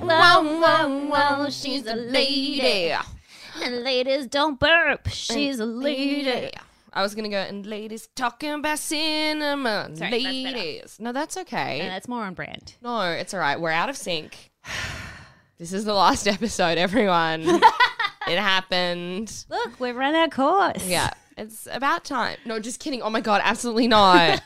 wow, wow, wow, she's a lady. And ladies don't burp. She's a lady. I was gonna go and ladies talking about cinema. Sorry, that's better. Uh, ladies, no, that's okay. No, that's more on brand. no, it's all right. We're out of sync. This is the last episode, everyone. it happened. Look, we've run our course. Yeah, it's about time. No, just kidding. Oh my god, absolutely not.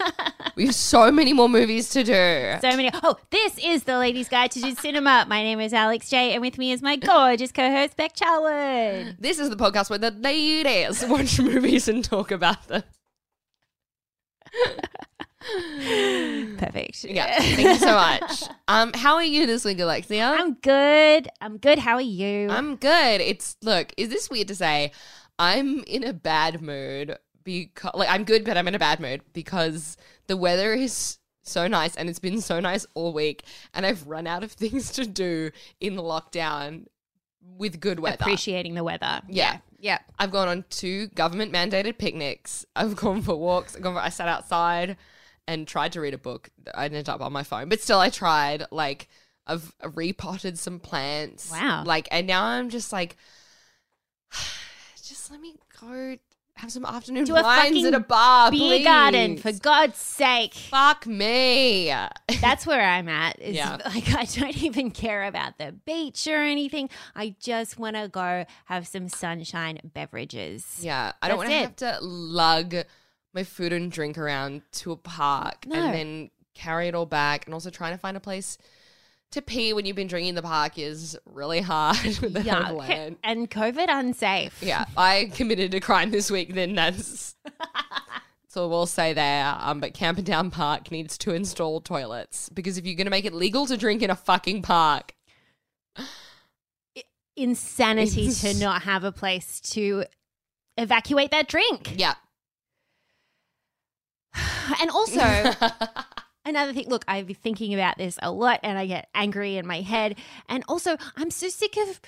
we have so many more movies to do. So many. Oh, this is the Ladies' Guide to Dude Cinema. My name is Alex J, and with me is my gorgeous co-host Beck Charwood. This is the podcast where the ladies watch movies and talk about them. Perfect. Yeah, thank you so much. Um, how are you this week, Alexia? I'm good. I'm good. How are you? I'm good. It's look, is this weird to say? I'm in a bad mood because like I'm good, but I'm in a bad mood because the weather is so nice and it's been so nice all week, and I've run out of things to do in lockdown with good weather. appreciating the weather. Yeah. Yeah. I've gone on two government mandated picnics. I've gone for walks. I've gone for, I sat outside and tried to read a book. I ended up on my phone, but still, I tried. Like, I've repotted some plants. Wow. Like, and now I'm just like, just let me go have some afternoon Do a wines fucking at a bar, Beer please. garden, for God's sake. Fuck me. That's where I'm at. Is Yeah. like I don't even care about the beach or anything. I just want to go have some sunshine beverages. Yeah, I don't want That's to it. have to lug my food and drink around to a park No. and then carry it all back, and also trying to find a place to pee when you've been drinking in the park is really hard. that I've Yuck. learned. And COVID unsafe. yeah, I committed a crime this week. Then that's so we'll say there. Um, but Camperdown Park needs to install toilets because if you're going to make it legal to drink in a fucking park, Insanity to Ins- not have a place to evacuate that drink. yeah, And also, another thing look i've been thinking about this a lot and i get angry in my head and also i'm so sick of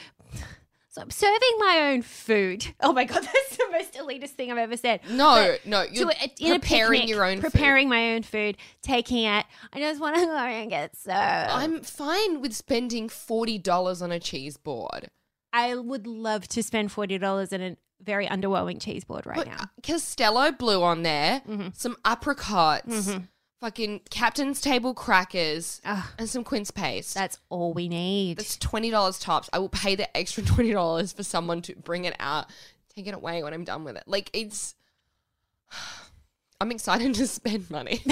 so I'm serving my own food oh my god that's the most elitist thing i've ever said no, no, To you're a- in a preparing picnic, your own food. preparing my own food taking it i just want to go and get served i I'm fine with spending forty dollars on a cheese board would love to spend $40 on a very underwhelming cheese board right Put now Uh, Costello blue on there, Mm-hmm. some apricots, Mhm. fucking Captain's Table crackers, Ugh, and some quince paste. that's all we need That's twenty dollars tops. I will pay the extra twenty dollars for someone to bring it out, take it away when I'm done with it. Like it's, I'm excited to spend money.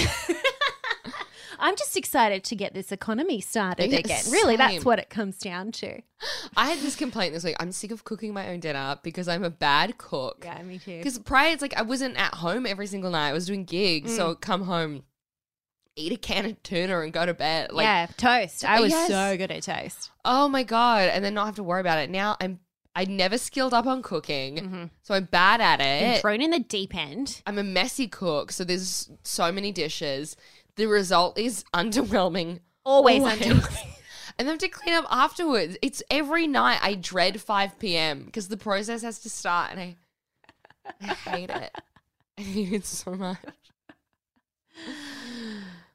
i'm just excited to get this economy started Yeah, again really same. that's what it comes down to I had this complaint this week. I'm sick of cooking my own dinner because I'm a bad cook. yeah me too Because prior, it's like I wasn't at home every single night. I was doing gigs, so I'd come home, eat a can of tuna, and go to bed. Like, yeah, toast. I Oh, was yes. so good at toast. oh my god, and then not have to worry about it. Now I'm I never skilled up on cooking, so I'm bad at And it. thrown in the deep end. I'm a messy cook, so there's so many dishes. The result is underwhelming. Always, Always. under. And then have to clean up afterwards. It's every night I dread 5 p.m. because the process has to start and I, I hate it. I hate it so much.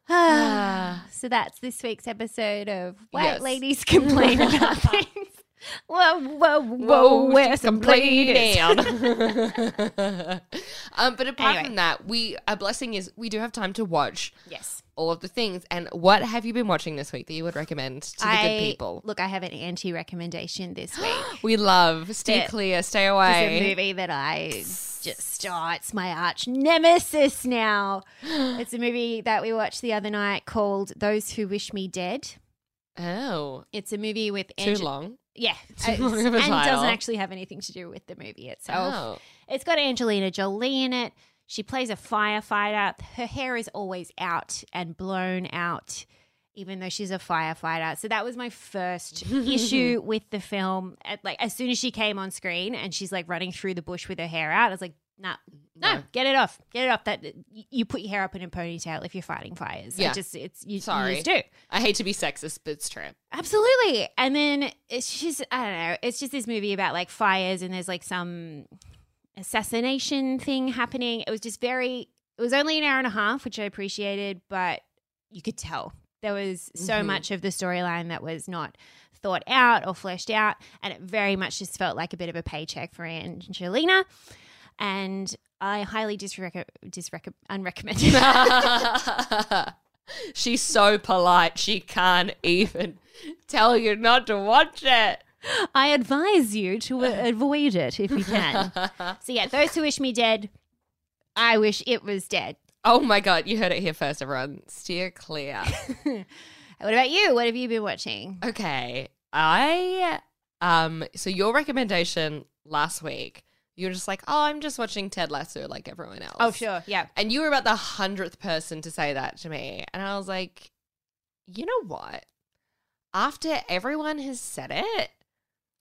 Ah. so that's this week's episode of White Yes. Ladies Complain About Things. Whoa, whoa, whoa, we're she's some ladies. complaining. um, but apart Anyway. from that, we a blessing is we do have time to watch Yes. all of the things. And what have you been watching this week that you would recommend to the I, good people? Look, I have an anti recommendation this week. We love stay Yeah. clear, It's a stay away. movie that I just oh, it's my arch nemesis now. It's a movie that we watched the other night called Those Who Wish Me Dead. Oh, It's a movie with too Ange- long. Yeah, Too it's- long of and a title. doesn't actually have anything to do with the movie itself. Oh, It's got Angelina Jolie in it. She plays a firefighter. Her hair is always out and blown out, even though she's a firefighter. So that was my first issue with the film. At, like as soon as she came on screen and she's like running through the bush with her hair out, I was like, nah, no, No. get it off, get it off. That y- you put your hair up in a ponytail if you're fighting fires. Yeah. It just it's you, Sorry. you just do. I hate to be sexist, but it's true. Absolutely. And then it's just, I don't know, it's just this movie about like fires and there's like some assassination thing happening. It was just very, it was only an hour and a half, which I appreciated, but you could tell there was so Mhm. much of the storyline that was not thought out or fleshed out. And it very much just felt like a bit of a paycheck for Angelina. And I highly disreco- disreco- unrecommend She's so polite, she can't even tell you not to watch it. I advise you to a- avoid it if you can. so, yeah, those who wish me dead, I wish it was dead. Oh my god, you heard it here first, everyone. Steer clear. What about you? What have you been watching? okay. I um so your recommendation last week, you were just like, Oh, I'm just watching Ted Lasso like everyone else. Oh, sure. Yeah. And you were about the hundredth person to say that to me. And I was like, you know what? After everyone has said it,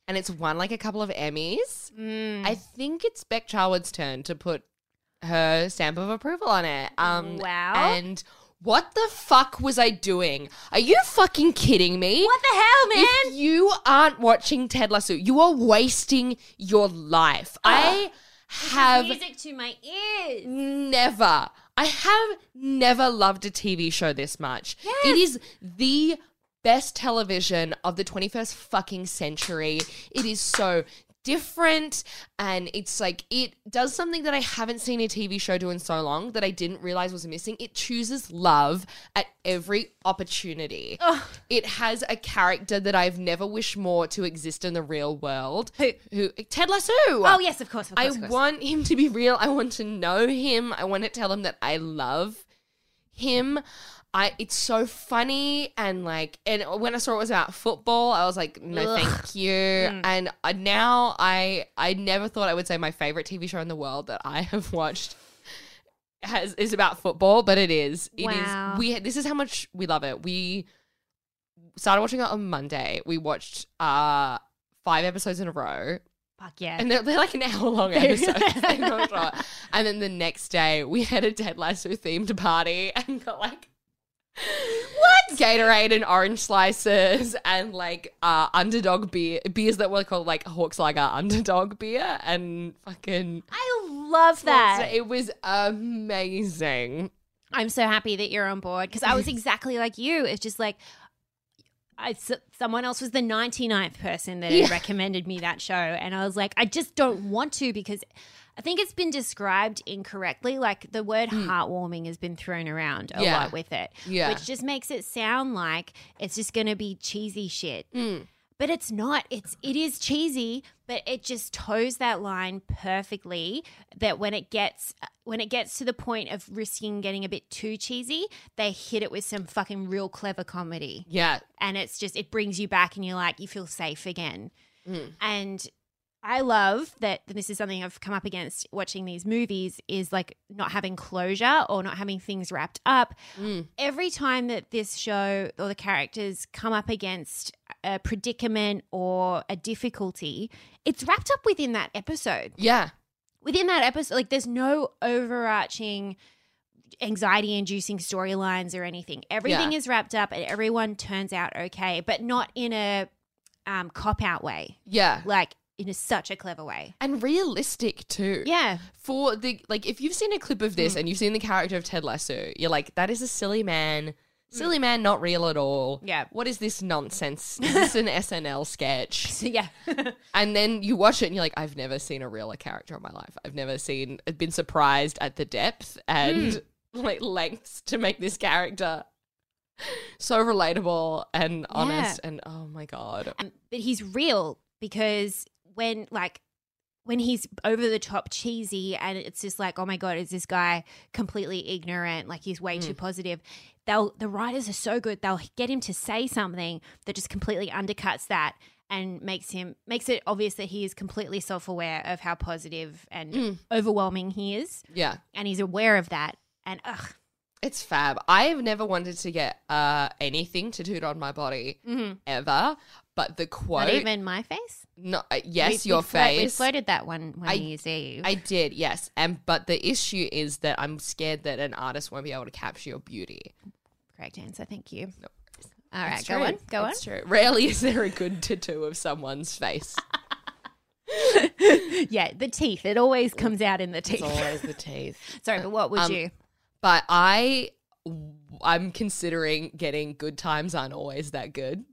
and it's won like a couple of Emmys, Mm. I think it's Beck Charwood's turn to put her stamp of approval on it. Um, wow. And what the fuck was I doing? Are you fucking kidding me? what the hell, man? If you aren't watching Ted Lasso, you are wasting your life. I have music to my ears. never, I have never loved a TV show this much. It is the best television of the 21st fucking century. It is so different and it's like it does something that I haven't seen a TV show do in so long that I didn't realize was missing. It chooses love at every opportunity. Ugh. It has a character that I've never wished more to exist in the real world. Who? Who Ted Lasso. Oh yes, of course. Of I course, of course. want him to be real. I want to know him. I want to tell him that I love him. I it's so funny and like and when I saw it was about football, I was like, no, Ugh. Mm. thank you. And I, now I I never thought I would say my favorite TV show in the world that I have watched has is about football, but it is. It is. Wow. We this is how much we love it. We started watching it on Monday. We watched uh five episodes in a row. Fuck yeah. And they're, they're like an hour long episode. and then the next day, we had a Ted Lasso themed party and got like what? Gatorade and orange slices and like uh, underdog beer beers that were called like Hawkslager underdog beer and fucking. I love that. It was amazing. I'm so happy that you're on board because I was exactly like you. It's just like I s- someone else was the 99th person that Yeah. had recommended me that show, and I was like, I just don't want to because. I think it's been described incorrectly. Like the word heartwarming has been thrown around a Hmm. Yeah. lot with it, Yeah. which just makes it sound like it's just going to be cheesy shit. Mm. but it's not it's it is cheesy but it just toes that line perfectly that when it gets when it gets to the point of risking getting a bit too cheesy they hit it with some fucking real clever comedy Yeah. and it's just it brings you back and you're like you feel safe again Mm. and i love that and this is something i've come up against watching these movies is like not having closure or not having things wrapped up Mm. every time that this show or the characters come up against a predicament or a difficulty it's wrapped up within that episode Yeah. within that episode like there's no overarching anxiety inducing storylines or anything everything is wrapped up and everyone turns out okay but not in a um, cop out way Yeah. like in a, such a clever way And realistic too. yeah for the like if you've seen a clip of this and you've seen the character of Ted Lasso, you're like, that is a silly man. Silly man, not real at all. Yeah. What is this nonsense? Is this an SNL sketch? so yeah And then you watch it and you're like, I've never seen a realer character in my life. I've never seen I've been surprised at the depth and like lengths to make this character so relatable and honest and oh my god. um, but he's real because when like when he's over the top cheesy and it's just like oh my god is this guy completely ignorant like he's way Mm. too positive they'll the writers are so good they'll get him to say something that just completely undercuts that and makes him makes it obvious that he is completely self-aware of how positive and Mm. overwhelming he is Yeah. and he's aware of that and ugh It's fab. I've never wanted to get uh anything tattooed on my body ever. But the quote Mm-hmm. not even my face No, uh, yes, We- your we flo- we face. floated that one one I- year's eve I did, yes. And but the issue is that I'm scared that an artist won't be able to capture your beauty. correct answer thank you No all right It's go true. on go on It's true. Rarely is there a good tattoo of someone's face. Yeah, the teeth. It always comes out in the It's teeth. always the teeth. Sorry, but what would Um, you? But I, I'm considering getting good times aren't always that good.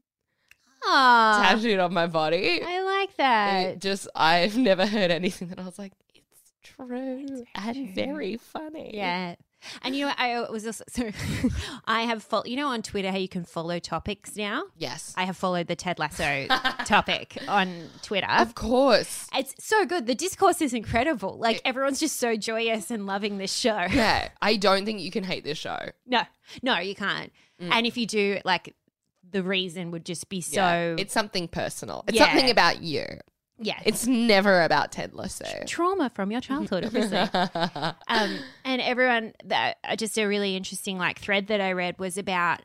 Ah, tattooed on my body. I like It that. just I've never heard anything that I was like, it's true and true." very funny. Yeah. And you know, what? I was also, so I have, fol- you know, on Twitter how you can follow topics now? Yes. I have followed the Ted Lasso topic on Twitter. of course. It's so good. The discourse is incredible. Like, everyone's just so joyous and loving this show. Yeah. I don't think you can hate this show. No, no, you can't. And if you do, like, the reason would just be so. Mm. Yeah. it's something personal. It's Yeah. something about you. yeah, It's never about Ted Lasso. trauma from your childhood, obviously. Mm-hmm. um, and everyone that uh, just a really interesting like thread that I read was about,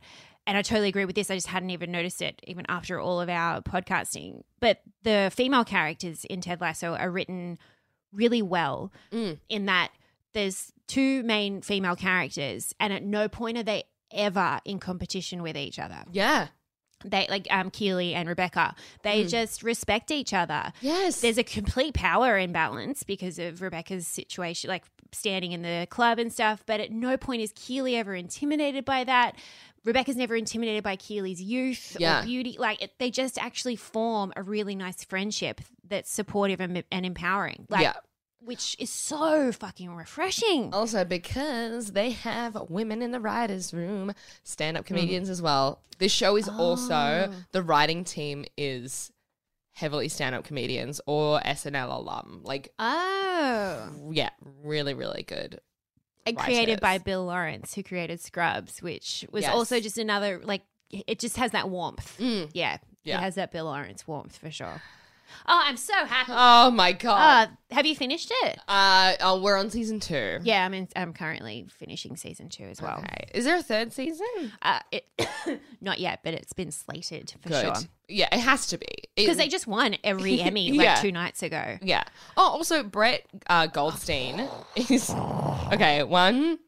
and I totally agree with this. I just hadn't even noticed it even after all of our podcasting. But the female characters in Ted Lasso are written really well Mm. in that there's two main female characters, and at no point are they ever in competition with each other. yeah. They like um, Keely and Rebecca. They Mm. just respect each other Yes. there's a complete power imbalance because of Rebecca's situation, like standing in the club and stuff. But at no point is Keely ever intimidated by that. Rebecca's never intimidated by Keely's youth Yeah. or beauty. Like it, they just actually form a really nice friendship that's supportive and, and empowering. Like, yeah. Oh. which is so fucking refreshing. Also, because they have women in the writers' room, stand-up comedians as well. This show is also Hmm. Oh. the writing team is heavily stand-up comedians or SNL alum. Like, Oh, yeah, really, really good. and created by Writers. Bill Lawrence, who created Scrubs, which was Yes. also just another like it just has that warmth. Mm. Yeah. Yeah. It has that Bill Lawrence warmth for sure. Oh, I'm so happy. Oh my god! Uh, have you finished it? Uh, oh, we're on season two. Yeah, I'm in, I'm currently finishing season two as well. Okay. Is there a third season? Uh, it, not yet, but it's been slated for Good. sure. Yeah, it has to be It- Because they just won every Emmy like Yeah. two nights ago. Yeah. Oh, also Brett uh, Goldstein is okay. One,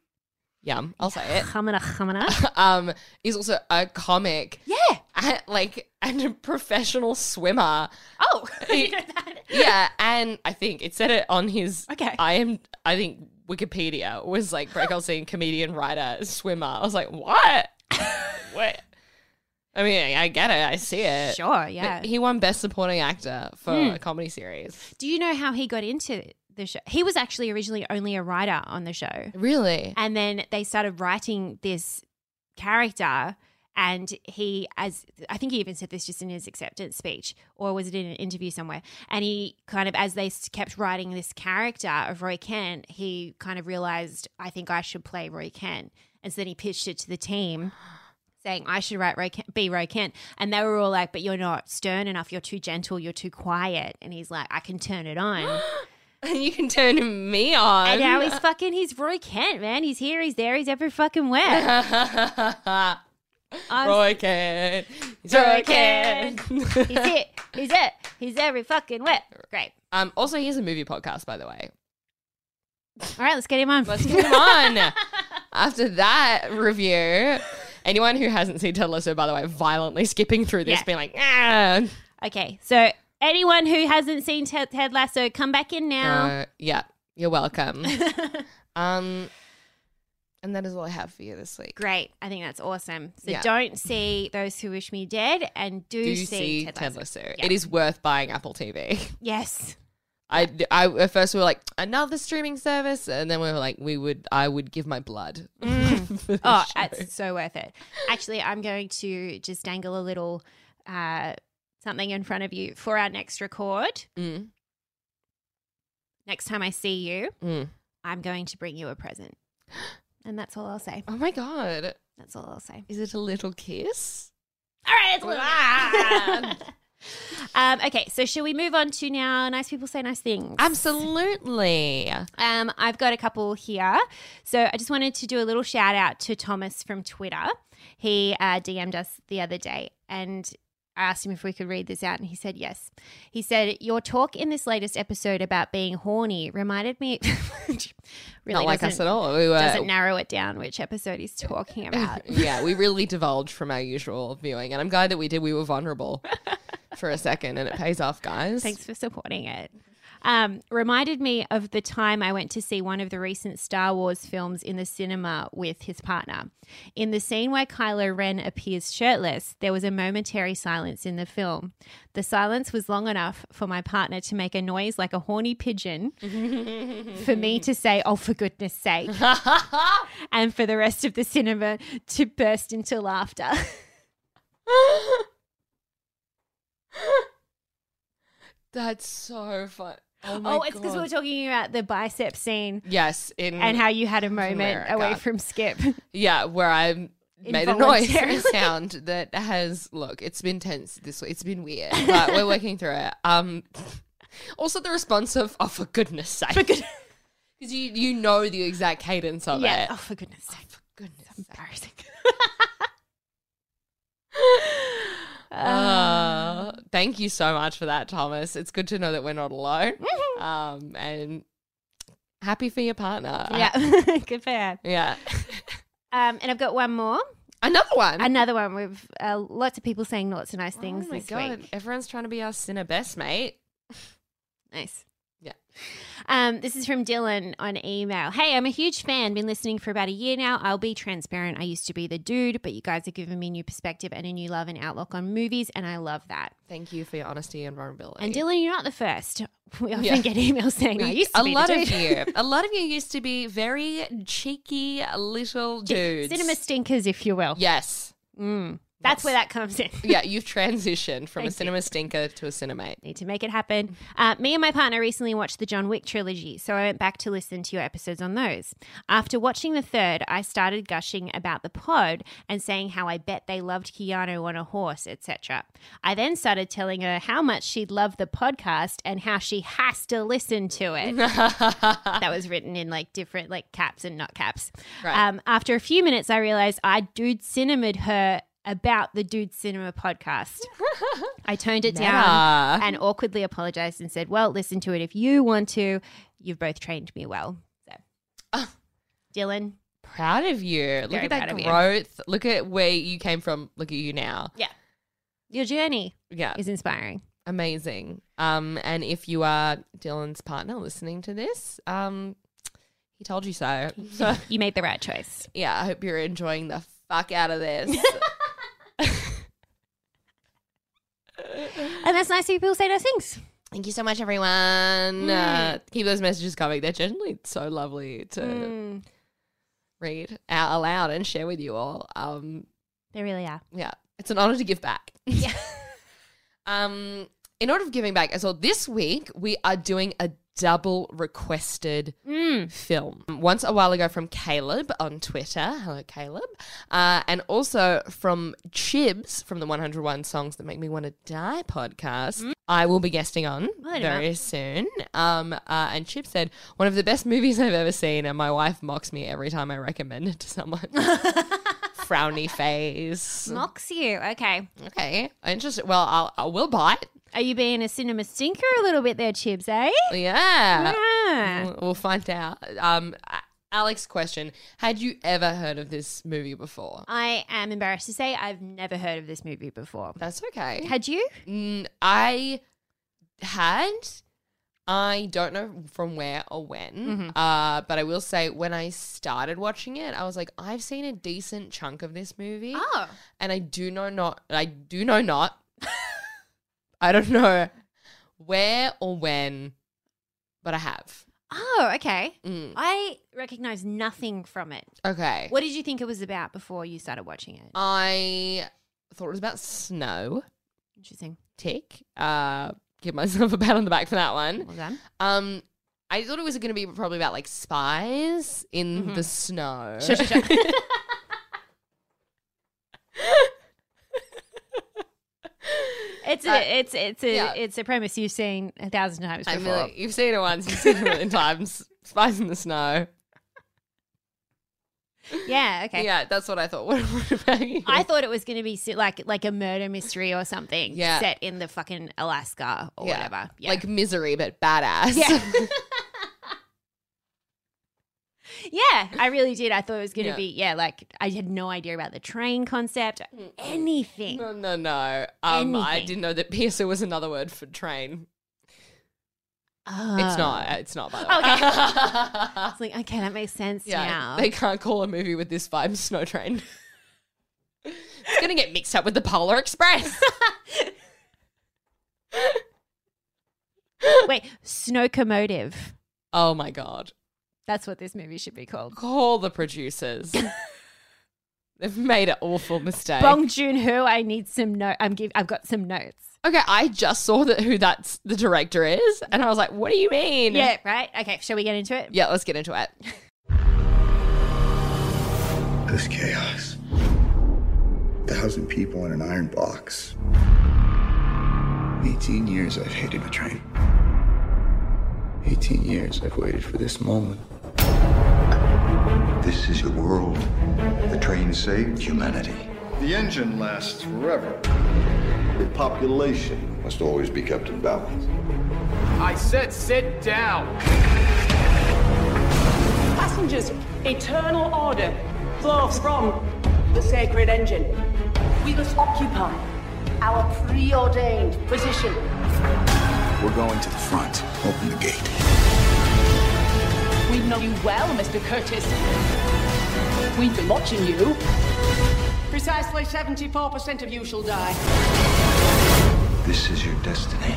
yum. I'll say it. Hamana, hamana. Um, is also a comic, Yeah. and, like, and a professional swimmer. Oh, you know that. Yeah, and I think it said it on his. Okay. I am. I think Wikipedia was like Brett Goldstein, comedian, writer, swimmer. I was like, what? what? I mean, I get it. I see it. Sure, But yeah. He won Best Supporting Actor for a comedy series. Do you know how he got into the show? He was actually originally only a writer on the show. Really? And then they started writing this character. And he, as I think he even said this just in his acceptance speech, or was it in an interview somewhere? And he kind of, as they s- kept writing this character of Roy Kent, he kind of realized, I think I should play Roy Kent. And so then he pitched it to the team saying, I should write Roy Kent, be Roy Kent. And they were all like, But you're not stern enough. You're too gentle. You're too quiet. And he's like, I can turn it on. you can turn me on. And uh, now he's fucking, he's Roy Kent, man. He's here, he's there, he's every fucking where. I'm- Roy Kent. He's Roy Roy Kent. He's it. He's it. He's every fucking where. Great. um, also, he has a movie podcast, by the way. All right, let's get him on. Let's move on. After that review, anyone who hasn't seen Ted Lasso, by the way, violently skipping through this, Yeah. being like, ah. okay, so anyone who hasn't seen Ted, Ted Lasso, come back in now. Uh, yeah, you're welcome. um, and that is all I have for you this week. Great. I think that's awesome. So Yeah. don't see those who wish me dead and do, Do you see, see Ted, Ted Lasso. Lasso? Yeah. It is worth buying Apple TV. Yes. I, I at first we were like another streaming service, and then we were like we would I would give my blood. for this Oh, show. it's so worth it. Actually, I'm going to just dangle a little uh, something in front of you for our next record. Mm, Next time I see you, mm. I'm going to bring you a present. And that's all I'll say. oh my god, That's all I'll say. is it a little kiss? All right, it's Ah. Luna. um, okay, so shall we move on to now? Nice people say nice things. Absolutely. Um, I've got a couple here. So I just wanted to do a little shout out to Thomas from Twitter. He uh, DM'd us the other day and I asked him if we could read this out, and he said yes. He said, Your talk in this latest episode about being horny reminded me. really Not like us doesn't, at all. We were. doesn't narrow it down which episode he's talking about. yeah, we really divulged from our usual viewing, and I'm glad that we did. We were vulnerable for a second, and it pays off, guys. Thanks for supporting it. um, reminded me of the time I went to see one of the recent Star Wars films in the cinema with his partner. In the scene where Kylo Ren appears shirtless, there was a momentary silence in the film. The silence was long enough for my partner to make a noise like a horny pigeon, for me to say, Oh, for goodness sake, and for the rest of the cinema to burst into laughter. That's so fun. Oh, my oh, it's because we God. were talking about the bicep scene Yes, in and how you had a moment Mm. America. away from Skip. yeah, where I made a noise, a Involuntarily. sound that has look. It's been tense this week. It's been weird, but we're working through it. Um, also the response of "Oh, for goodness sake," because you you know the exact cadence of yeah. it. Oh, for goodness sake. for goodness sake. Embarrassing. Uh, thank you so much for that, Thomas. It's good to know that we're not alone. Mhm. Um, and happy for your partner. Um, yeah. Good for her. yeah. Um, and I've got one more. Another one. Another one with uh, lots of people saying lots of nice things oh my this god! week. Everyone's trying to be our sinner best mate. Nice. Yeah. Um, this is from Dylan on email. Hey, I'm a huge fan. Been listening for about a year now. I'll be transparent. I used to be the dude, but you guys have given me new perspective and a new love and outlook on movies, and I love that. Thank you for your honesty and vulnerability. And Dylan, you're not the first. We often Yeah. get emails saying I We- used to a be lot the of dude. you, a lot of you used to be very cheeky little dudes. Cinema stinkers, if you will. yes, Mm. That's Yes. where that comes in. yeah. You've transitioned from a Thank you. cinema stinker to a cinemate. Need to make it happen. Uh, me and my partner recently watched the John Wick trilogy, so I went back to listen to your episodes on those. After watching the third, I started gushing about the pod and saying how I bet they loved Keanu on a horse, etc. I then started telling her how much she'd love the podcast and how she has to listen to it. that was written in like different like caps and not caps. Right. Um, after a few minutes, I realized I dude cinemaed her about the dude cinema podcast. I toned it down Yeah. and awkwardly apologized and said, "Well, listen to it if you want to. You've both trained me well." So, Oh. Dylan, Proud of you. Look Very at that proud of you. growth. Look at where you came from. Look at you now. your journey Yeah. is inspiring. amazing. Um, and if you are Dylan's partner listening to this, um, he told you so. So you made the right choice. yeah, I hope you're enjoying the fuck out of this. And that's nice that people say those things. Thank you so much, everyone. Uh, keep those messages coming. They're generally so lovely to Mm, read out aloud and share with you all. Um, they really are. yeah, it's an honor to give back. Yeah. Um, in order of giving back, as well, this week we are doing a double requested Mm. film. Once a while ago from Caleb on Twitter. Hello, Caleb. Uh, and also from Chibs from the 101 Songs That Make Me Want to Die podcast. I will be guesting on Mm. Well, it very soon. Um, uh, and Chibs said, One of the best movies I've ever seen. And my wife mocks me every time I recommend it to someone. Frowny face. Mocks you. Okay. Okay. Interesting. Well, I'll, I will buy it. Are you being a cinema stinker a little bit there, Chibs, eh? Yeah. yeah. We'll- We'll find out. Um, A- Alex, question: Had you ever heard of this movie before? I am embarrassed to say I've never heard of this movie before. That's okay. Had you? Mm, I had. I don't know from where or when, uh, but I will say when I started watching it, I was like, I've seen a decent chunk of this movie, Oh. and I do know not. I do know not. I don't know where or when, but I have. Oh, okay. Mm, I recognize nothing from it. okay. What did you think it was about before you started watching it? I thought it was about snow. Interesting. Tick. Uh, give myself a pat on the back for that one. Well done. Um, I thought it was going to be probably about like spies in Mhm. the snow. Sure, sure, sure. It's a Uh, it's it's a yeah. it's a premise you've seen a thousand times I before. mean, like, you've seen it once, you've seen it a million times. Spies in the snow. yeah, okay. Yeah, that's what I thought. What, what about you? I thought it was going to be si- like like a murder mystery or something Yeah. set in the fucking Alaska or Yeah. whatever. Yeah. Like misery, but badass. yeah. yeah, I really did. I thought it was going to Yeah. be yeah, like I had no idea about the train concept, anything. Mm. No, no, no. Um, I Anything. didn't know that piercer was another word for train. It's not. It's not. By the way. It's Ah. like, okay, that makes sense yeah, now. they can't call a movie with this vibe Snow Train. it's gonna get mixed up with the Polar Express. Wait, Snowcomotive. oh my god! That's what this movie should be called. Call the producers. They've made an awful mistake. Bong Joon Ho, I need some note. I'm give- I've got some notes. okay, I just saw that who that's the director is, and I was like, "What do you mean?" Yeah, right. Okay, shall we get into it? yeah. Let's get into it. This chaos. Thousand people in an iron box. 18 years I've hated a train. 18 years I've waited for this moment. This is your world. The train saved humanity. The engine lasts forever. The population. Must always be kept in balance. I said sit down. Passengers, eternal order flows from the sacred engine. We must occupy our preordained position. We're going to the front. Open the gate. We know you well, Mr. Curtis. We've been watching you. Precisely 74% of you shall die. This is your destiny.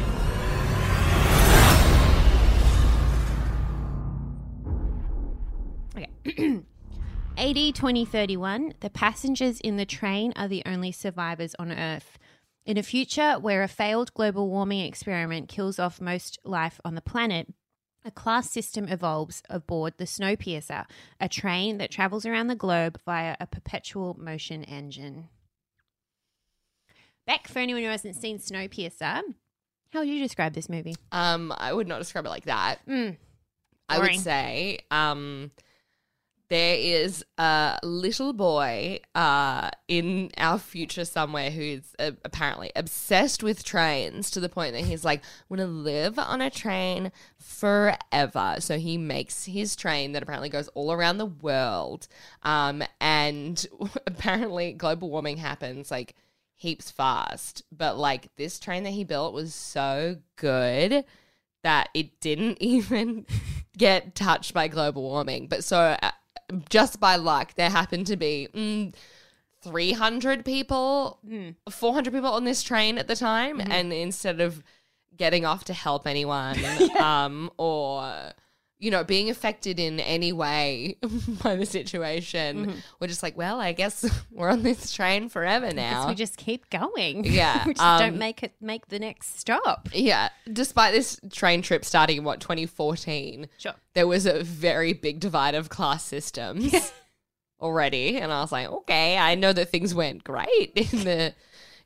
Okay. 80 20 31 the passengers in the train are the only survivors on earth in a future where a failed global warming experiment kills off most life on the planet a class system evolves aboard the snowpiercer a train that travels around the globe via a perpetual motion engine beck for anyone who hasn't seen snowpiercer how would you describe this movie Um, I would not describe it like that. Mm. I would Boring. say um, there is a little boy uh, in our future somewhere who's uh, apparently obsessed with trains to the point that he's like, want to live on a train forever. So he makes his train that apparently goes all around the world. Um, and apparently, global warming happens like heaps fast. But like this train that he built was so good that it didn't even get touched by global warming. But so, uh, just by luck, there happened to be mm, 300 people, Hmm. 400 people on this train at the time. Mm-hmm. And instead of getting off to help anyone um, or, you know, being affected in any way by the situation, we're just like, well, I guess we're on this train forever now. Mm-hmm. Guess we just keep going Uh, Yeah, we just um, don't make it make the next stop Yeah, despite this train trip starting in what 2014, Sure. there was a very big divide of class systems already, and I was like, okay, I know that things went great in the,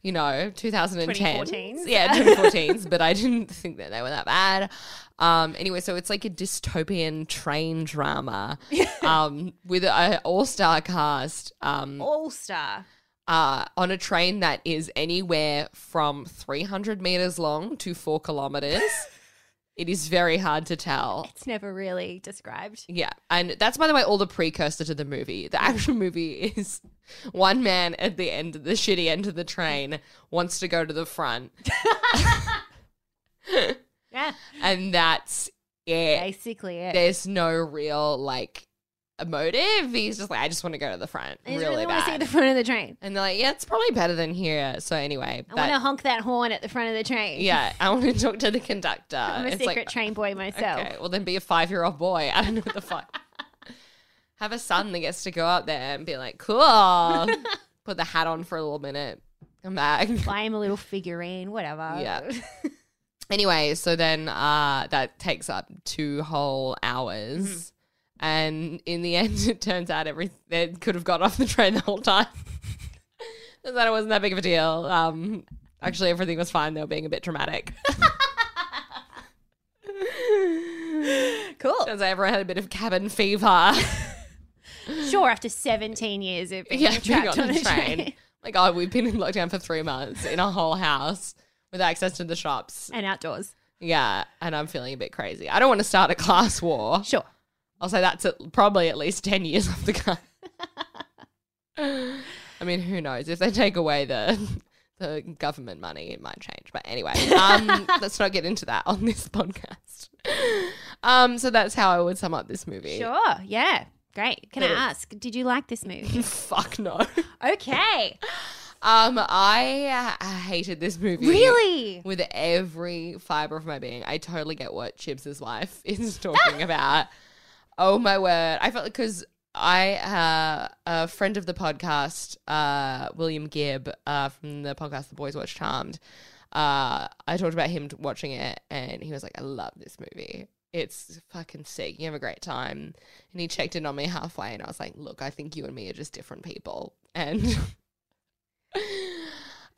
you know, 2010, 2014s. yeah, 2014s, but I didn't think that they were that bad. Um, anyway, so it's like a dystopian train drama, um, with an all-star cast, um, all star uh, on a train that is anywhere from 300 meters long to four kilometers. it is very hard to tell. It's never really described. Yeah. And that's, by the way, all the precursor to the movie. The actual movie is one man at the end, the shitty end of the train, wants to go to the front. Yeah. And that's it. Basically it. There's no real, like, motive. He's just like, I just want to go to the front. I just really want to see bad. the front of the train. and they're like, yeah, it's probably better than here. So, anyway. I that- want to honk that horn at the front of the train. Yeah, I want to talk to the conductor. I'm a It's secret like, train boy myself. Okay, well then be a five year old boy. I don't know what the fuck. Have a son that gets to go up there and be like, cool. Put the hat on for a little minute. Come back. Buy him a little figurine, whatever. Yeah. Anyway, so then uh, that takes up two whole hours. And in the end, it turns out every they could have got off the train the whole time. turns out it wasn't that big of a deal. Um, actually, everything was fine. They were being a bit dramatic. cool. Turns out everyone had a bit of cabin fever. Sure, after 17 years of being yeah, being trapped on a train. Like, oh, we've been in lockdown for three months in our whole house with access to the shops. and outdoors. Yeah, and I'm feeling a bit crazy. I don't want to start a class war. Sure. I'll say that's at, probably at least 10 years off the gun. I mean, who knows? If they take away the the government money, it might change. But anyway, um, let's not get into that on this podcast. Um, so that's how I would sum up this movie. Sure. Yeah. Great. Can I ask, did you like this movie? Fuck no. okay. Oh, Um, I uh, hated this movie. Really? With every fiber of my being. I totally get what Chibs's wife is talking about. Oh my word. I felt because I, uh, a friend of the podcast, uh, William Gibb, uh, from the podcast The Boys Watch Charmed, uh, I talked about him t- watching it and he was like, I love this movie. It's fucking sick. You have a great time. And he checked in on me halfway and I was like, Look, I think you and me are just different people. And.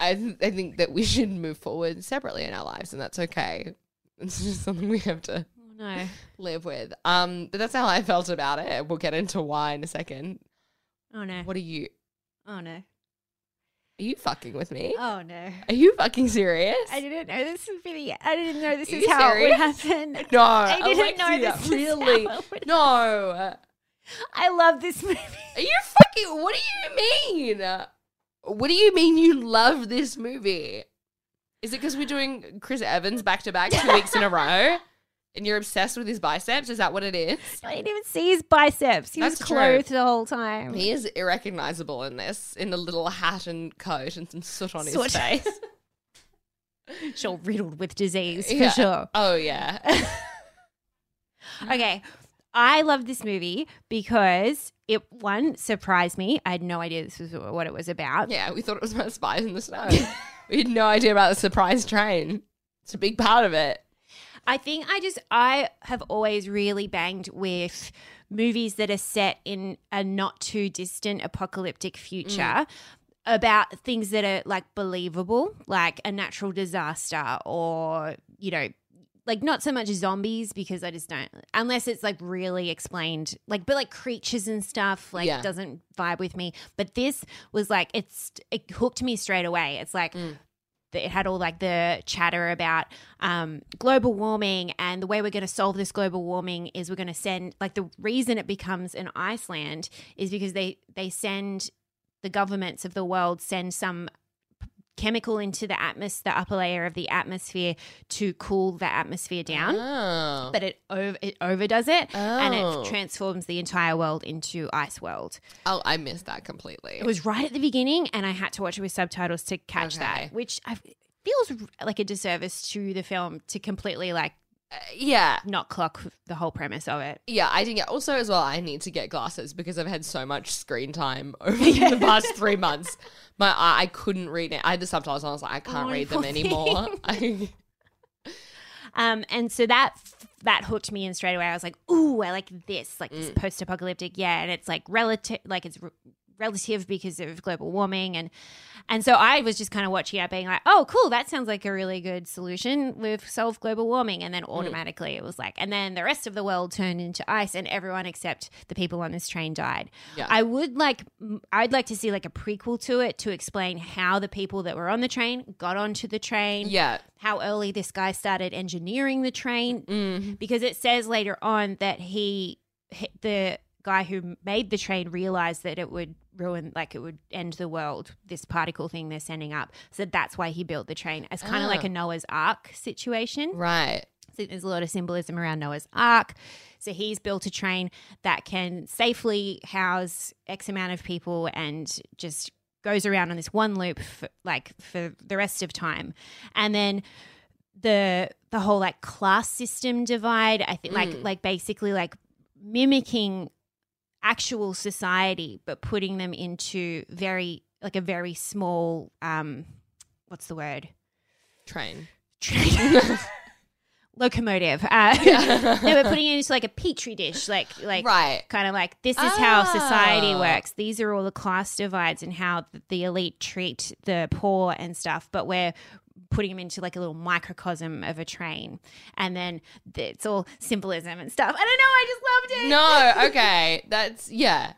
I, th- I think that we should move forward separately in our lives, and that's okay. It's just something we have to No. live with. Um, but that's how I felt about it. We'll get into why in a second. Oh no. What are you? Oh no. Are you fucking with me? Oh no. Are you fucking serious? I didn't know this would be the. I didn't know this Are is you how it serious? would happen. no, I didn't know Alexia, this is really. how it would- no, are I love this movie. you fucking? What do you mean? What do you mean you love this movie? Is it because we're doing Chris Evans back to back two weeks in a row, and you're obsessed with his biceps? Is that what it is? I didn't even see his biceps. He was That's true. clothed the whole time. He is irrecognizable in this, in a little hat and coat and some soot on Soot. his face. Sure, riddled with disease for Yeah. sure. Oh yeah. Okay. I love this movie because it one surprised me. I had no idea this was what it was about. yeah, we thought it was about spies in the snow. we had no idea about the surprise train. It's a big part of it. I think I just I have always really banged with movies that are set in a not too distant apocalyptic future. About things that are like believable, like a natural disaster, or you know, like not so much zombies because I just don't, unless it's like really explained, like, but like creatures and stuff, like Yeah. doesn't vibe with me. But this was like, it's, it hooked me straight away. It's like, that it had all like the chatter about um, global warming and the way we're going to solve this global warming is we're going to send like the reason it becomes an Iceland is because they they send the governments of the world send some chemical into the atmosphere the upper layer of the atmosphere to cool the atmosphere down Oh. but it over it overdoes it and Oh. it transforms the entire world into ice world oh, I missed that completely. it was right at the beginning, and I had to watch it with subtitles to catch Okay. that, which I feels r- like a disservice to the film to completely like yeah. not clock the whole premise of it. Yeah, I didn't get. Also, as well, I need to get glasses because I've had so much screen time over the past three months. My eye, I couldn't read it. I had the subtitles on. I was like, I can't Oh, read them poor anymore. I, Um, and so that that hooked me in straight away. I was like, "Ooh, I like this, like Mm. this post-apocalyptic." Yeah, and it's like relative, like it's r relative because of global warming, and and so I was just kind of watching it, being like, "Oh, cool, that sounds like a really good solution. We've solved global warming." Mm. And then automatically it was like, and then the rest of the world turned into ice, and everyone except the people on this train died. Yeah. I would like, I'd like to see like a prequel to it to explain how the people that were on the train got onto the train yeah. how early this guy started engineering the train because it says later on that he he- the guy who made the train realized that it would ruin like it would end the world this particle thing they're sending up so that's why he built the train as kind of like a noah's ark situation Right. so there's a lot of symbolism around Noah's Ark. So he's built a train that can safely house X amount of people and just goes around on this one loop for, like for the rest of time. And then the the whole like class system divide, I think like like basically like mimicking actual society but putting them into very like a very small um what's the word? Train. train- locomotive. Uh, they were putting it into like a petri dish, like like Right. kind of like this is how society Ah. works. These are all the class divides and how the elite treat the poor and stuff. But we're putting them into like a little microcosm of a train, and then th- it's all symbolism and stuff. I don't know. I just loved it. No, okay. That's yeah.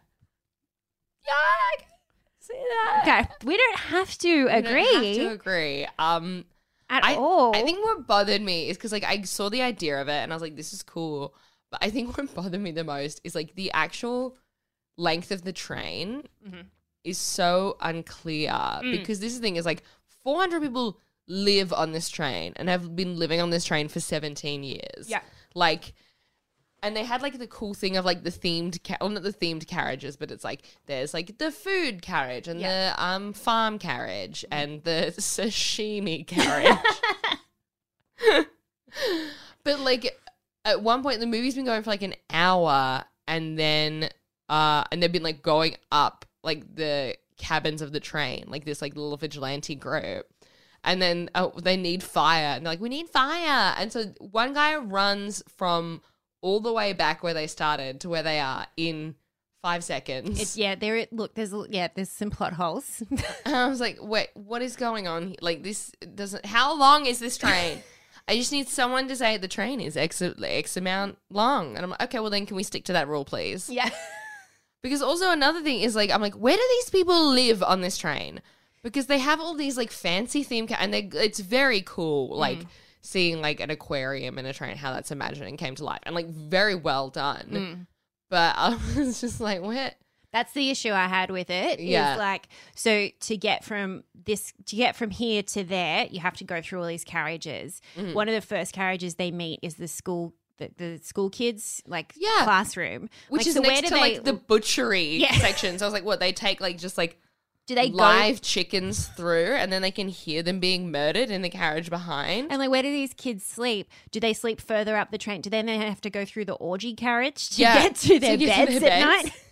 Yeah, I can see that. Okay, we don't have to We don't agree have to agree. Um at I, all. I think what bothered me is because like I saw the idea of it and I was like, this is cool. But I think what bothered me the most is like the actual length of the train Mm-hmm. is so unclear Mm. because this thing is like 400 people live on this train and have been living on this train for 17 years. Yeah. like and they had like the cool thing of like the themed ca- well, not the themed carriages but it's like there's like the food carriage and Yeah. Mm-hmm. the um farm carriage and the sashimi carriage but like at one point the movie's been going for like an hour and then uh and they've been like going up like the cabins of the train like this like little vigilante group and then oh, they need fire and they're like we need fire and so one guy runs from all the way back where they started to where they are in five seconds It's yeah. There. Look. There's yeah. There's some plot holes. and I was like, wait, what is going on? here? Like, this doesn't. How long is this train? I just need someone to say the train is X, X amount long. And I'm like, okay, well, then can we stick to that rule, please? yeah. Because also, another thing is like, I'm like, where do these people live on this train? Because they have all these like fancy theme, ca- and they, it's very cool, Mm-hmm. like seeing like an aquarium in a train, how that's imagined and came to life, and like very well done. Mm. But I was just like, what? That's the issue I had with it. is, Yeah. like so to get from this to get from here to there, you have to go through all these carriages. Mm-hmm. One of the first carriages they meet is the school the, the school kids like Yeah. classroom. Which Like, is so where next do to like they- the butchery Yeah. section. So I was like, what? They take like just like do they go live chickens through and then they can hear them being murdered in the carriage behind. And like, where do these kids sleep? Do they sleep further up the train? Do they then have to go through the orgy carriage to Yeah, get to their to get to beds their at beds. night?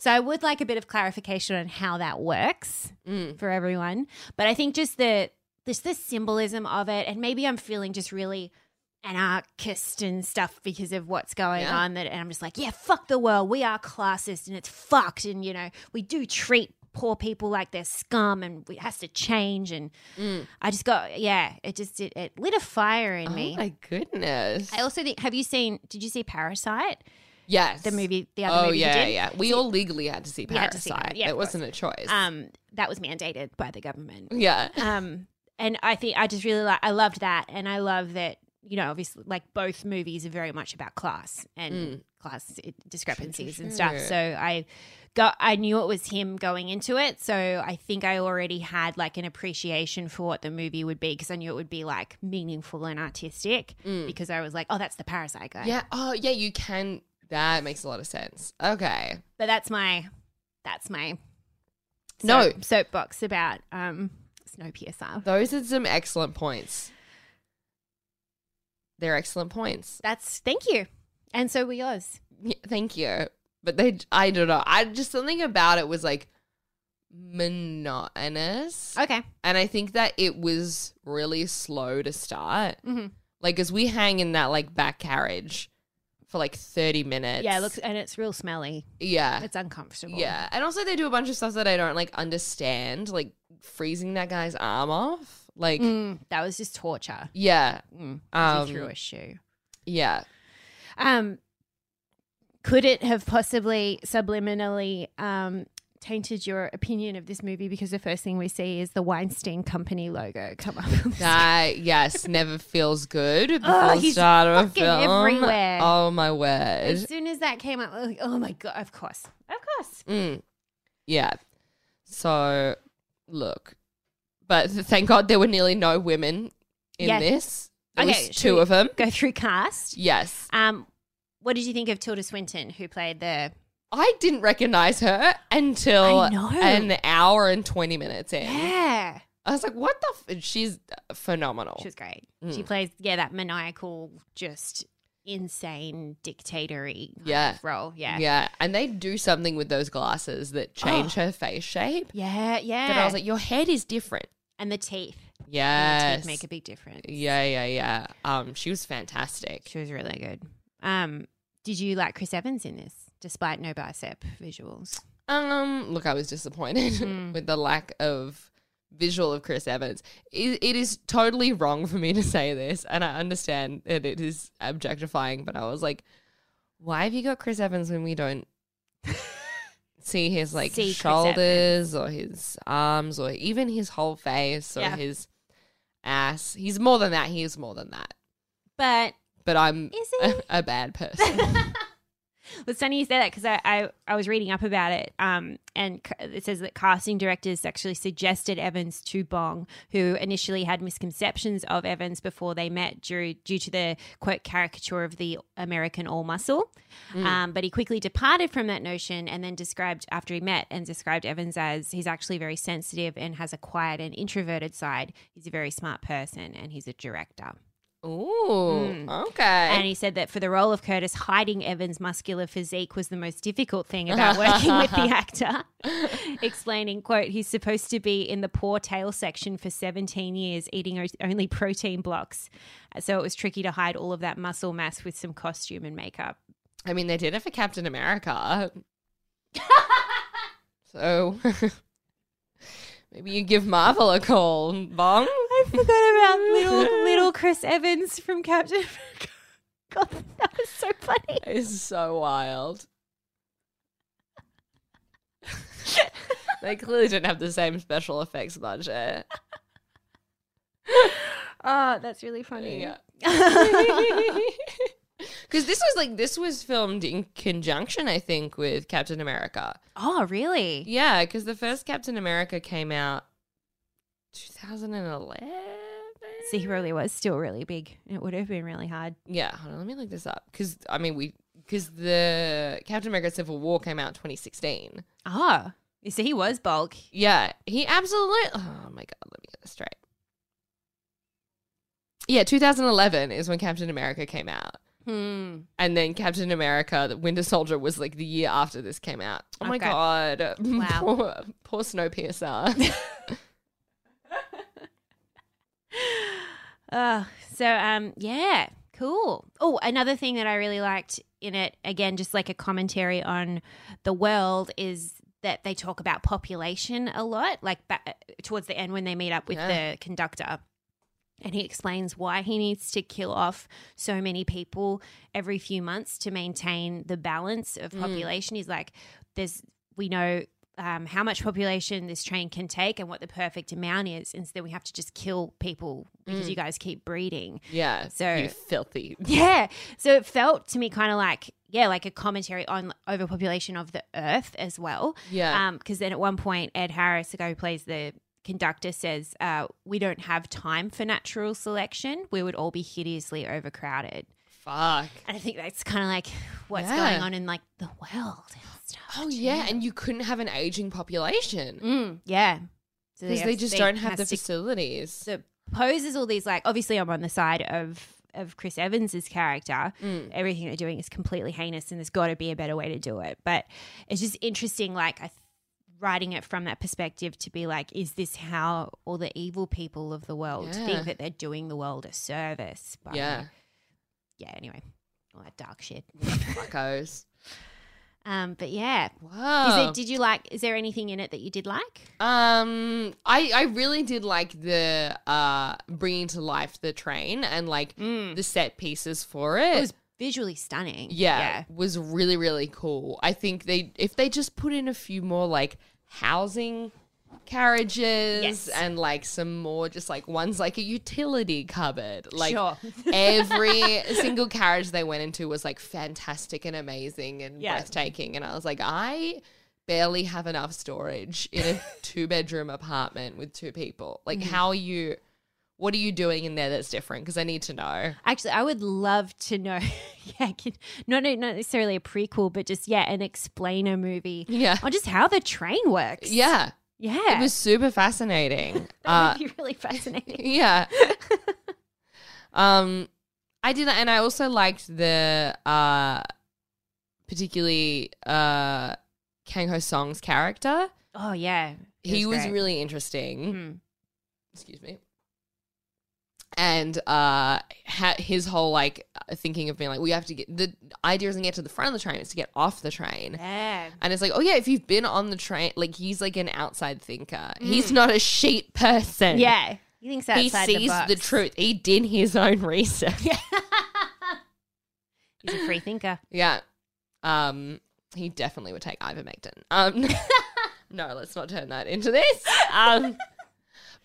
So I would like a bit of clarification on how that works Mm. for everyone. But I think just the just the symbolism of it, and maybe I'm feeling just really anarchist and stuff because of what's going Yeah. on. That and I'm just like, yeah, fuck the world. We are classist, and it's fucked. And you know, we do treat poor people like they're scum, and it has to change. And Mm. I just got yeah, it just it, it lit a fire in oh me. my goodness. I also think have you seen did you see Parasite? yes. The movie the other Oh movie you yeah, did? yeah. We all legally had to see You had to see Parasite. Parasite. Yeah, it of wasn't a choice. Um that was mandated by the government. yeah. Um and I think I just really like I loved that and I love that you know obviously like both movies are very much about class and class i- discrepancies and stuff. Mm. sure. So I got I knew it was him going into it, so I think I already had like an appreciation for what the movie would be because I knew it would be like meaningful and artistic because I was like, oh that's the Parasite guy. Mm. Yeah. Oh yeah, you can that makes a lot of sense. Okay. but that's my that's my No. soap- soapbox about um Snowpiercer. Those are some excellent points. They're excellent points. That's thank you, and so were yours. Yeah, thank you. But they, I don't know. I just something about it was like monotonous. Okay, And I think that it was really slow to start. Mhm. Like, as we hang in that like back carriage for like 30 minutes. yeah, it looks and it's real smelly. Yeah. It's uncomfortable. Yeah. And also, they do a bunch of stuff that I don't like understand, like freezing that guy's arm off. Like, Mm, that was just torture. yeah. Mm, as he threw Um, a shoe. yeah. Um, could it have possibly subliminally um tainted your opinion of this movie because the first thing we see is the Weinstein Company logo come up. on the That, yes, never feels good before the he's start of a fucking film. everywhere. Oh, my As word. soon as that came up, like, oh my god! Of course, of course. Mm. Yeah. So, look. But th- thank God there were nearly no women in Yeah. this. There Okay, was should two we- of them. Go through cast. Yes. Um, what did you think of Tilda Swinton, who played the? I didn't recognize her until I know. an hour and 20 minutes in. Yeah, I was like, what the? F-? She's phenomenal. she was great. Mm. She plays yeah that maniacal, just insane dictatory kind Yeah. of role. Yeah, yeah. And they do something with those glasses that change her face shape. yeah, yeah. That I was like, your head is different. and the teeth. The Yes. teeth make a big difference. yeah, yeah, yeah. Um, she was fantastic. She was really good. Um, did you like Chris Evans in this, despite no bicep visuals? Um, look, I was disappointed Hmm. with the lack of visual of Chris Evans. It, it is totally wrong for me to say this, and I understand that it is objectifying, but I was like, why have you got Chris Evans when we don't see his like See Chris shoulders or his arms or even his whole face or Yeah. his ass? He's more than that. He is more than that. But But I'm Is a, a bad person. Well, Sunny, you say that because I, I, I was reading up about it, um, and c- it says that casting directors actually suggested Evans to Bong, who initially had misconceptions of Evans before they met due, due to the quote caricature of the American all muscle. Um, but he quickly departed from that notion and then described after he met and described Evans as he's actually very sensitive and has a quiet and introverted side. He's a very smart person and he's a director. Ooh, okay. Hmm. And he said that for the role of Curtis, hiding Evans' muscular physique was the most difficult thing about working with the actor. Explaining, quote, he's supposed to be in the poor tail section for 17 years, eating o- only protein blocks. So it was tricky to hide all of that muscle mass with some costume and makeup. I mean, they did it for Captain America. so maybe you give Marvel a call, Bong. I Forgot about little, little Chris Evans from Captain America. God, that was so funny. It's so wild. they clearly didn't have the same special effects budget. Oh, that's really funny. Yeah. Because this was like this was filmed in conjunction, I think, with Captain America. Oh, really? Yeah, because the first Captain America came out 2011. So he really was still really big. It would have been really hard. Yeah, hold on, let me look this up. Because I mean, we because the Captain America Civil War came out 2016. Oh, you see, he was bulk. Yeah, he absolutely. Oh my god, let me get this straight. Yeah, 2011 is when Captain America came out. Hmm. And then Captain America, the Winter Soldier, was like the year after this came out. Oh my Okay. god! Wow. poor, poor Snowpiercer. Uh, so, um, yeah, cool. Oh, another thing that I really liked in it, again, just like a commentary on the world, is that they talk about population a lot, like ba- uh, towards the end when they meet up with Yeah. the conductor. And he explains why he needs to kill off so many people every few months to maintain the balance of population. He's like, there's, we know um, how much population this train can take and what the perfect amount is. And so then we have to just kill people because you guys keep breeding. yeah, So- you filthy. Yeah. So it felt to me kind of like, yeah, like a commentary on overpopulation of the earth as well. Yeah. Because then at one point, Ed Harris, the guy who plays the conductor, says, uh, We don't have time for natural selection. We would all be hideously overcrowded. Fuck. And I think that's kind of like what's Yeah. going on in like the world and stuff. Oh yeah, and you couldn't have an aging population Mm, yeah. So because they just don't have the has to facilities. so poses all these like obviously I'm on the side of of Chris Evans's character. Mm. Everything they're doing is completely heinous and there's got to be a better way to do it. But it's just interesting like I th- writing it from that perspective to be like is this how all the evil people of the world Yeah. think that they're doing the world a service? But yeah, Yeah, anyway. All that dark shit. fuckos. um but yeah. Is Wow. there, did you like is there anything in it that you did like? Um, I I really did like the uh bringing to life the train and like the set pieces for Mm. it. It was visually stunning. yeah, was really really cool. I think they if they just put in a few more like housing carriages Yes. and like some more just like one's like a utility cupboard like Sure. every single carriage they went into was like fantastic and amazing and Yeah. breathtaking and i was like i barely have enough storage in a two bedroom apartment with two people like Mm-hmm. how are you what are you doing in there that's different because i need to know Actually, I would love to know. yeah, I could- not not necessarily a prequel, but just yeah, an explainer movie yeah on just how the train works. yeah yeah, It was super fascinating. uh, that would be really fascinating. yeah. um, I did that, and I also liked the uh, particularly uh, Kang Ho Song's character. Oh yeah, It he was great. really interesting. Mm. Excuse me. And uh, ha- his whole like uh, thinking of being like, we have to get the idea isn't get to the front of the train; it's to get off the train. yeah. And it's like, oh yeah, if you've been on the train, like he's like an outside thinker. He's not a sheep person. Hmm. Yeah, he thinks outside he sees the, the, box. truth. He did his own research. Yeah. He's a free thinker. Um, he definitely would take ivermectin. Um, no, let's not turn that into this. Um,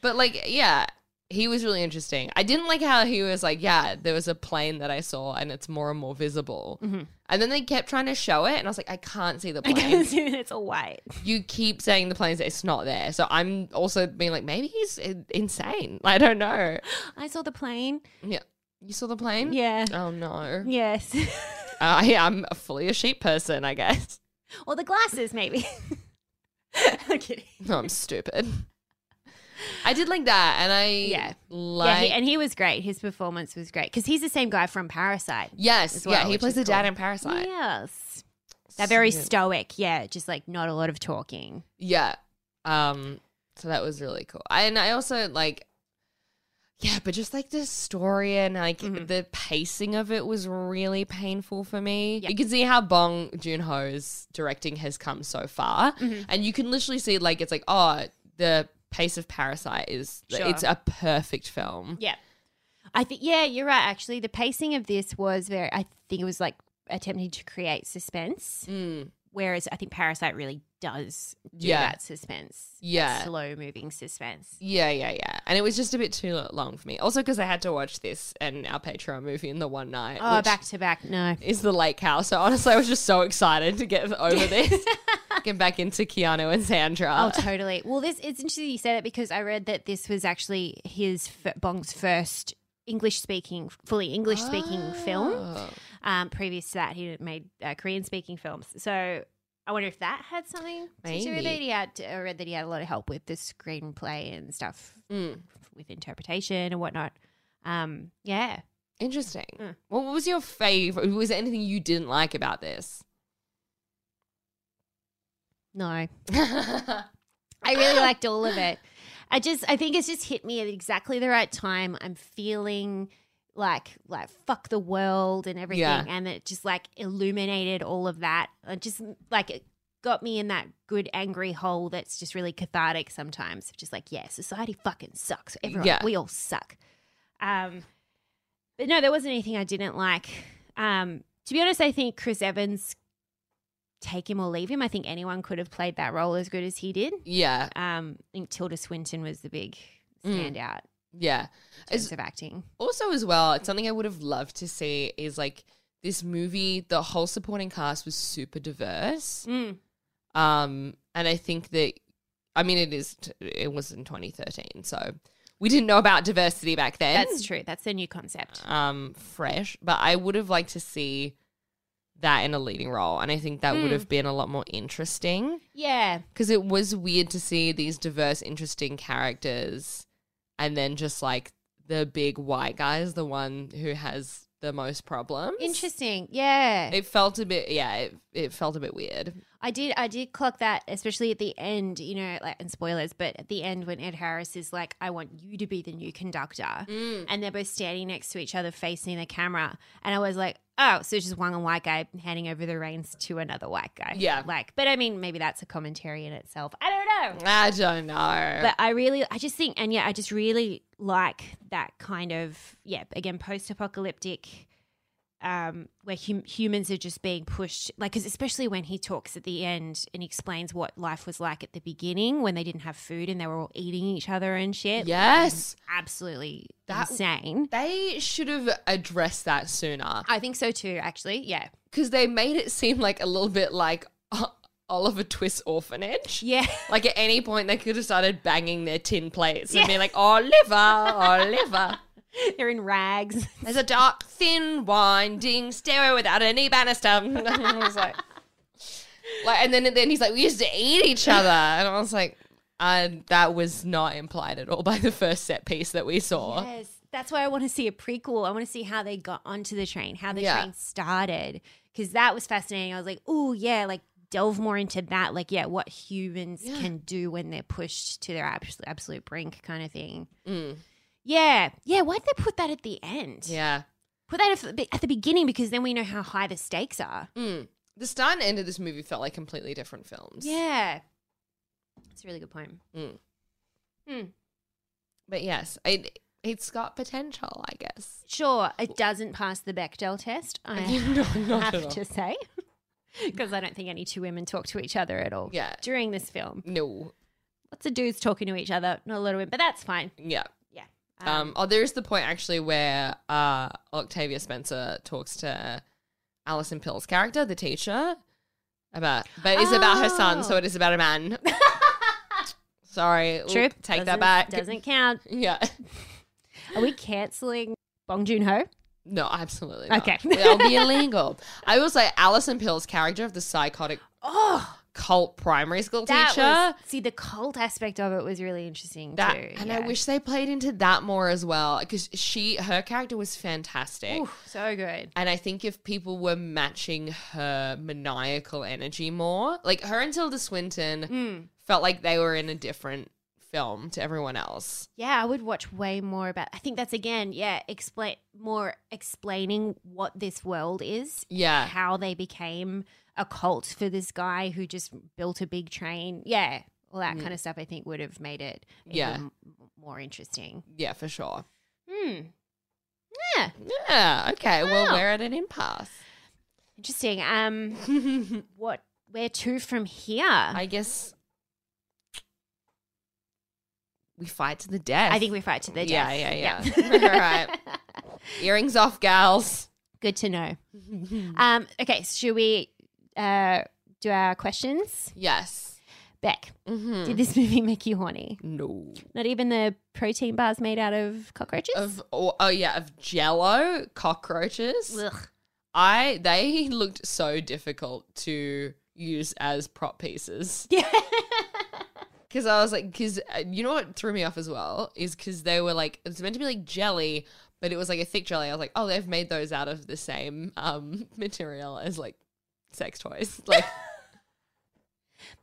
but like, yeah, he was really interesting. I didn't like how he was like, yeah, there was a plane that I saw and it's more and more visible. And then they kept trying to show it, and I was like, Mm-hmm. I can't see the plane. it's all white. you keep saying the plane's it's not there. So I'm also being like, maybe he's in- insane. I don't know. I saw the plane. Yeah. You saw the plane? Yeah. Oh no. Yes. I am fully a sheep person, I guess. or the glasses, maybe. I'm kidding. No, I'm stupid. I did like that, and I Yeah. like. yeah, he, and he was great. His performance was great because he's the same guy from Parasite. yes, as well, yeah, he which plays is the dad cool. in Parasite. Yes. That very Yeah. stoic, yeah, just like not a lot of talking. Yeah. Um. So that was really cool, I, and I also like. Yeah, but just like the story and like Mhm. the pacing of it was really painful for me. Yeah. You can see how Bong Joon Ho's directing has come so far, Mhm. and you can literally see like it's like oh the pace of Parasite is Sure. it's a perfect film. Yeah. I think yeah, you're right actually. The pacing of this was very I think it was like attempting to create suspense, Mm, whereas I think Parasite really does do Yeah. that suspense. yeah. Slow moving suspense. Yeah, yeah, yeah. And it was just a bit too long for me. Also, because I had to watch this and our Patreon movie in the one night. Oh, which back to back. No. Is the lake house. So honestly, I was just so excited to get over this, get back into Keanu and Sandra. Oh, totally. Well, this it's interesting you say that because I read that this was actually his f- Bong's first English speaking, fully English speaking film. Oh. Um, previous to that, he had made uh, Korean speaking films. So I wonder if that had something to do with Maybe. it. He had, I read that he had a lot of help with the screenplay and stuff Mm. with interpretation and whatnot. Um, yeah. Interesting. Mm. Well, what was your favorite? Was there anything you didn't like about this? No, yeah. I really liked all of it. I just I think it's just hit me at exactly the right time. I'm feeling like like fuck the world and everything Yeah. and it just like illuminated all of that. It just like it got me in that good angry hole that's just really cathartic sometimes. Just like, yeah, society fucking sucks. Everyone Yeah. we all suck. Um but no, there wasn't anything I didn't like. Um to be honest, I think Chris Evans take him or leave him. I think anyone could have played that role as good as he did Yeah. um, I think Tilda Swinton was the big Mm. standout in terms Is- of acting. also as well it's something i would have loved to see is like this movie the whole supporting cast was super diverse um and i think that i mean it is t- it was in 2013 so we didn't know about diversity back then That's true. That's their new concept. um fresh but i would have liked to see that in a leading role and i think that would Mm. have been a lot more interesting Yeah, because it was weird to see these diverse, interesting characters, and then just like the big white guy is the one who has the most problems. interesting. Yeah, It felt a bit, yeah, it, it felt a bit weird. I did. I did clock that, especially at the end. You know, like and spoilers, but at the end when Ed Harris is like, "I want you to be the new conductor," and they're both standing next to each other, facing the camera, and I was like. Oh, so it's just one white guy handing over the reins to another white guy. Yeah. Like, but I mean, maybe that's a commentary in itself. I don't know. I don't know. But I really, I just think, and yeah, I just really like that kind of, yeah, again, post apocalyptic, um, where hum- humans are just being pushed, like, because especially when he talks at the end and explains what life was like at the beginning when they didn't have food and they were all eating each other and shit. yes, Absolutely That- insane. they should have addressed that sooner I think so too, actually. Yeah. because they made it seem like a little bit like Oliver Twist orphanage. Yeah. Like at any point, they could have started banging their tin plates and being like, Oliver, Oliver. They're in rags. There's a dark, thin, winding stairway without any banister. And I was like, like, and then then he's like, we used to eat each other, and I was like, and that was not implied at all by the first set piece that we saw. Yes, that's why I want to see a prequel. I want to see how they got onto the train, how the Yeah. train started, because that was fascinating. I was like, oh yeah, like delve more into that, like yeah, what humans Yeah. can do when they're pushed to their absolute absolute brink, kind of thing. Mm. Yeah, yeah. Why did they put that at the end? Yeah, put that at the be- at the beginning because then we know how high the stakes are. Mm. the start and end of this movie felt like completely different films. Yeah, it's a really good point. Mm. Hmm. but yes, it it's got potential, I guess. Sure, it doesn't pass the Bechdel test. I No, not at have all. to say. Because I don't think any two women talk to each other at all Yeah. during this film. No, Lots of dudes talking to each other, not a lot of women, but that's fine. Uh, yeah, Yeah. Um, oh, there is the point actually where uh, Octavia Spencer talks to Alison Pill's character, the teacher, about, but it's about her son, so Oh. it is about a man. Sorry, oop, True. take Doesn't- that back. Doesn't count. Yeah, Are we canceling Bong Joon Ho? no, absolutely. Not. Okay. that'll be illegal. I will say Alison Pill's character of the psychotic Oh, cult primary school that teacher. was see the cult aspect of it was really interesting That, too. and I yeah. wish they played into that more as well because she her character was fantastic. Ooh, so good. And I think if people were matching her maniacal energy more, like her and Tilda Swinton Hmm. felt like they were in a different film to everyone else. Yeah, I would watch way more about. I think that's again, yeah, explain more explaining what this world is, Yeah. how they became a cult for this guy who just built a big train. Yeah, all that kind of stuff. I think would have made it even Mm. Yeah. m- more interesting. Yeah, for sure. Hmm. Yeah, Yeah. Okay. Well, Wow. we're at an impasse. interesting. Um, what? Where to from here? I, I guess we fight to the death. think we fight to the death. Yeah, yeah, yeah. All right. earrings off, gals. Good to know. um, okay, should we uh, do our questions? Yes. Beck, Mm-hmm. did this movie make you horny? No. Not even the protein bars made out of cockroaches? Of oh, oh yeah, of Jello cockroaches. Ugh. I they looked so difficult to use as prop pieces Yeah. because I was like, because you know what threw me off as well is because they were like it's meant to be like jelly, but it was like a thick jelly. I was like, oh, they've made those out of the same um material as like sex toys. Like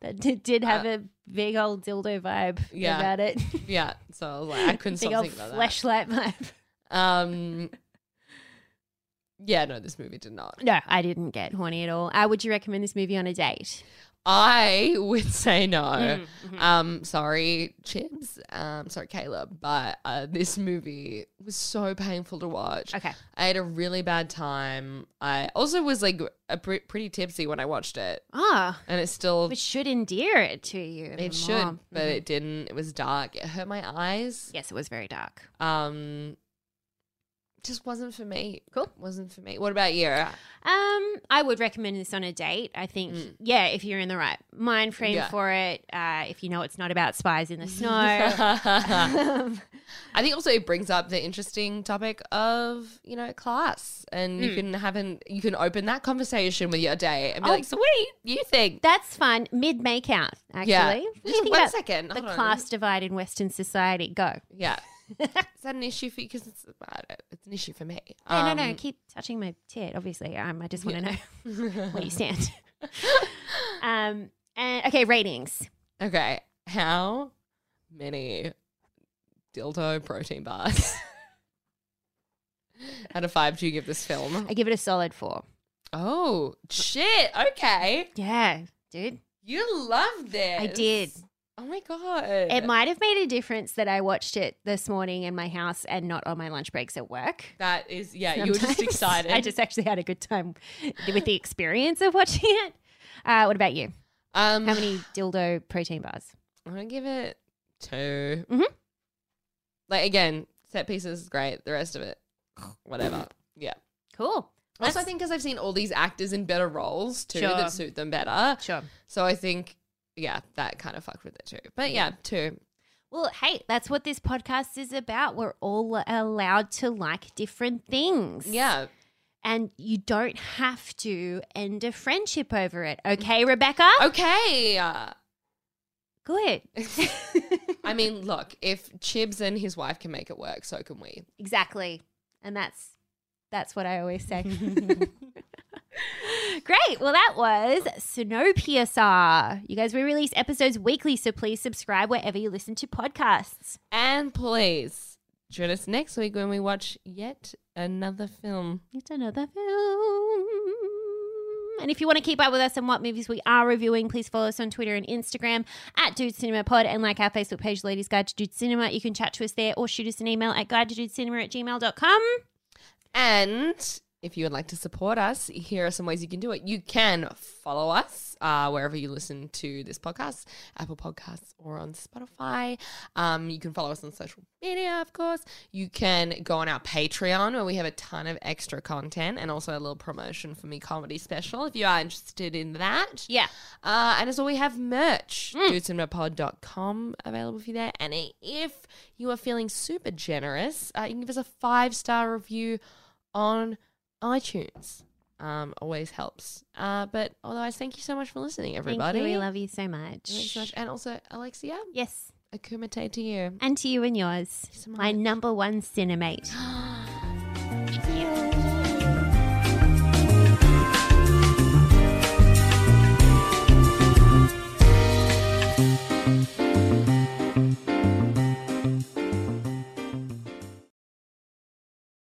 That did, did have a big old dildo vibe Uh, Yeah. about it. yeah, so I was like, I couldn't big stop old thinking about fleshlight vibe. that. Um, yeah, no, this movie did not. No, I didn't get horny at all. Uh, would you recommend this movie on a date? I would say no. Mm-hmm, Um, sorry, Chips. Um, sorry, Caleb. But uh, this movie was so painful to watch. Okay. I had a really bad time. I also was like a pre- pretty tipsy when I watched it, Ah, and it still which should endear it to you. Mm-hmm. even it should, more. but it didn't. It was dark. It hurt my eyes. Yes, it was very dark. Um, just wasn't for me. Cool. Wasn't for me. What about you? Um, I would recommend this on a date. I think, yeah, if you're in the right mind frame Mm. Yeah. for it, uh, if you know it's not about spies in the snow. Oh, Um, I think also it brings up the interesting topic of you know class, and you can have an you can open that conversation with your day and be Hmm. Oh. like, so what do you, you think? that's fun. Mid makeout, actually. What Yeah. do you Just think one about second. The Hold on. class divide in Western society. Go. Yeah, is that an issue for you? Because it's about it. It's an issue for me. Yeah, no, no, Um, keep touching my tit. Obviously, um, I just want to know where you stand. um, and, okay, ratings. Okay, how many dildo protein bars out of five do you give this film? I give it a solid four. Oh shit! Okay, Yeah, dude, you loved this. I did. Oh my god! It might have made a difference that I watched it this morning in my house and not on my lunch breaks at work. That is, yeah, you were just Sometimes. excited. I just actually had a good time with the experience of watching it. Uh, what about you? um, How many dildo protein bars? I'm gonna give it 2 Mhm. Like again, set pieces great. The rest of it, whatever. Yeah. Cool. Also, I That's- think because I've seen all these actors in better roles too Sure. that suit them better, sure. so I think yeah, that kind of fucked with it too. But yeah, two. Well, hey, that's what this podcast is about. We're all allowed to like different things. Yeah, And you don't have to end a friendship over it. Okay, Rebecca? Oh. okay. Uh, Good. I mean, look, if Chibs and his wife can make it work, so can we. Exactly. And that's that's what I always say. Great. Well, that was Snowpiercer. You guys, we release episodes weekly, so please subscribe wherever you listen to podcasts. And please join us next week when we watch yet another film. It's another film. And if you want to keep up with us and what movies we are reviewing, please follow us on Twitter and Instagram at Dude Cinema Pod and like our Facebook page, Ladies Guide to Dude Cinema. You can chat to us there or shoot us an email at guide to dude cinema at gmail.com. And If you would like to support us, here are some ways you can do it. You can follow us uh, wherever you listen to this podcast, Apple Podcasts or on Spotify. Um, you can follow us on social media, of course. You can go on our Patreon where we have a ton of extra content and also a little promotion for me comedy special if you are interested in that. Yeah. Uh, and as well, we have merch, Mm. dudesandapod.com, available for you there. And i- if you are feeling super generous, uh, you can give us a five star review on iTunes. Um, always helps. Uh, but otherwise, thank you so much for listening, everybody. Thank you. We love you so much. Thank you so much. And also, Alexia, Yes. akumite to you. And to you and yours, so my much. number one cinemate.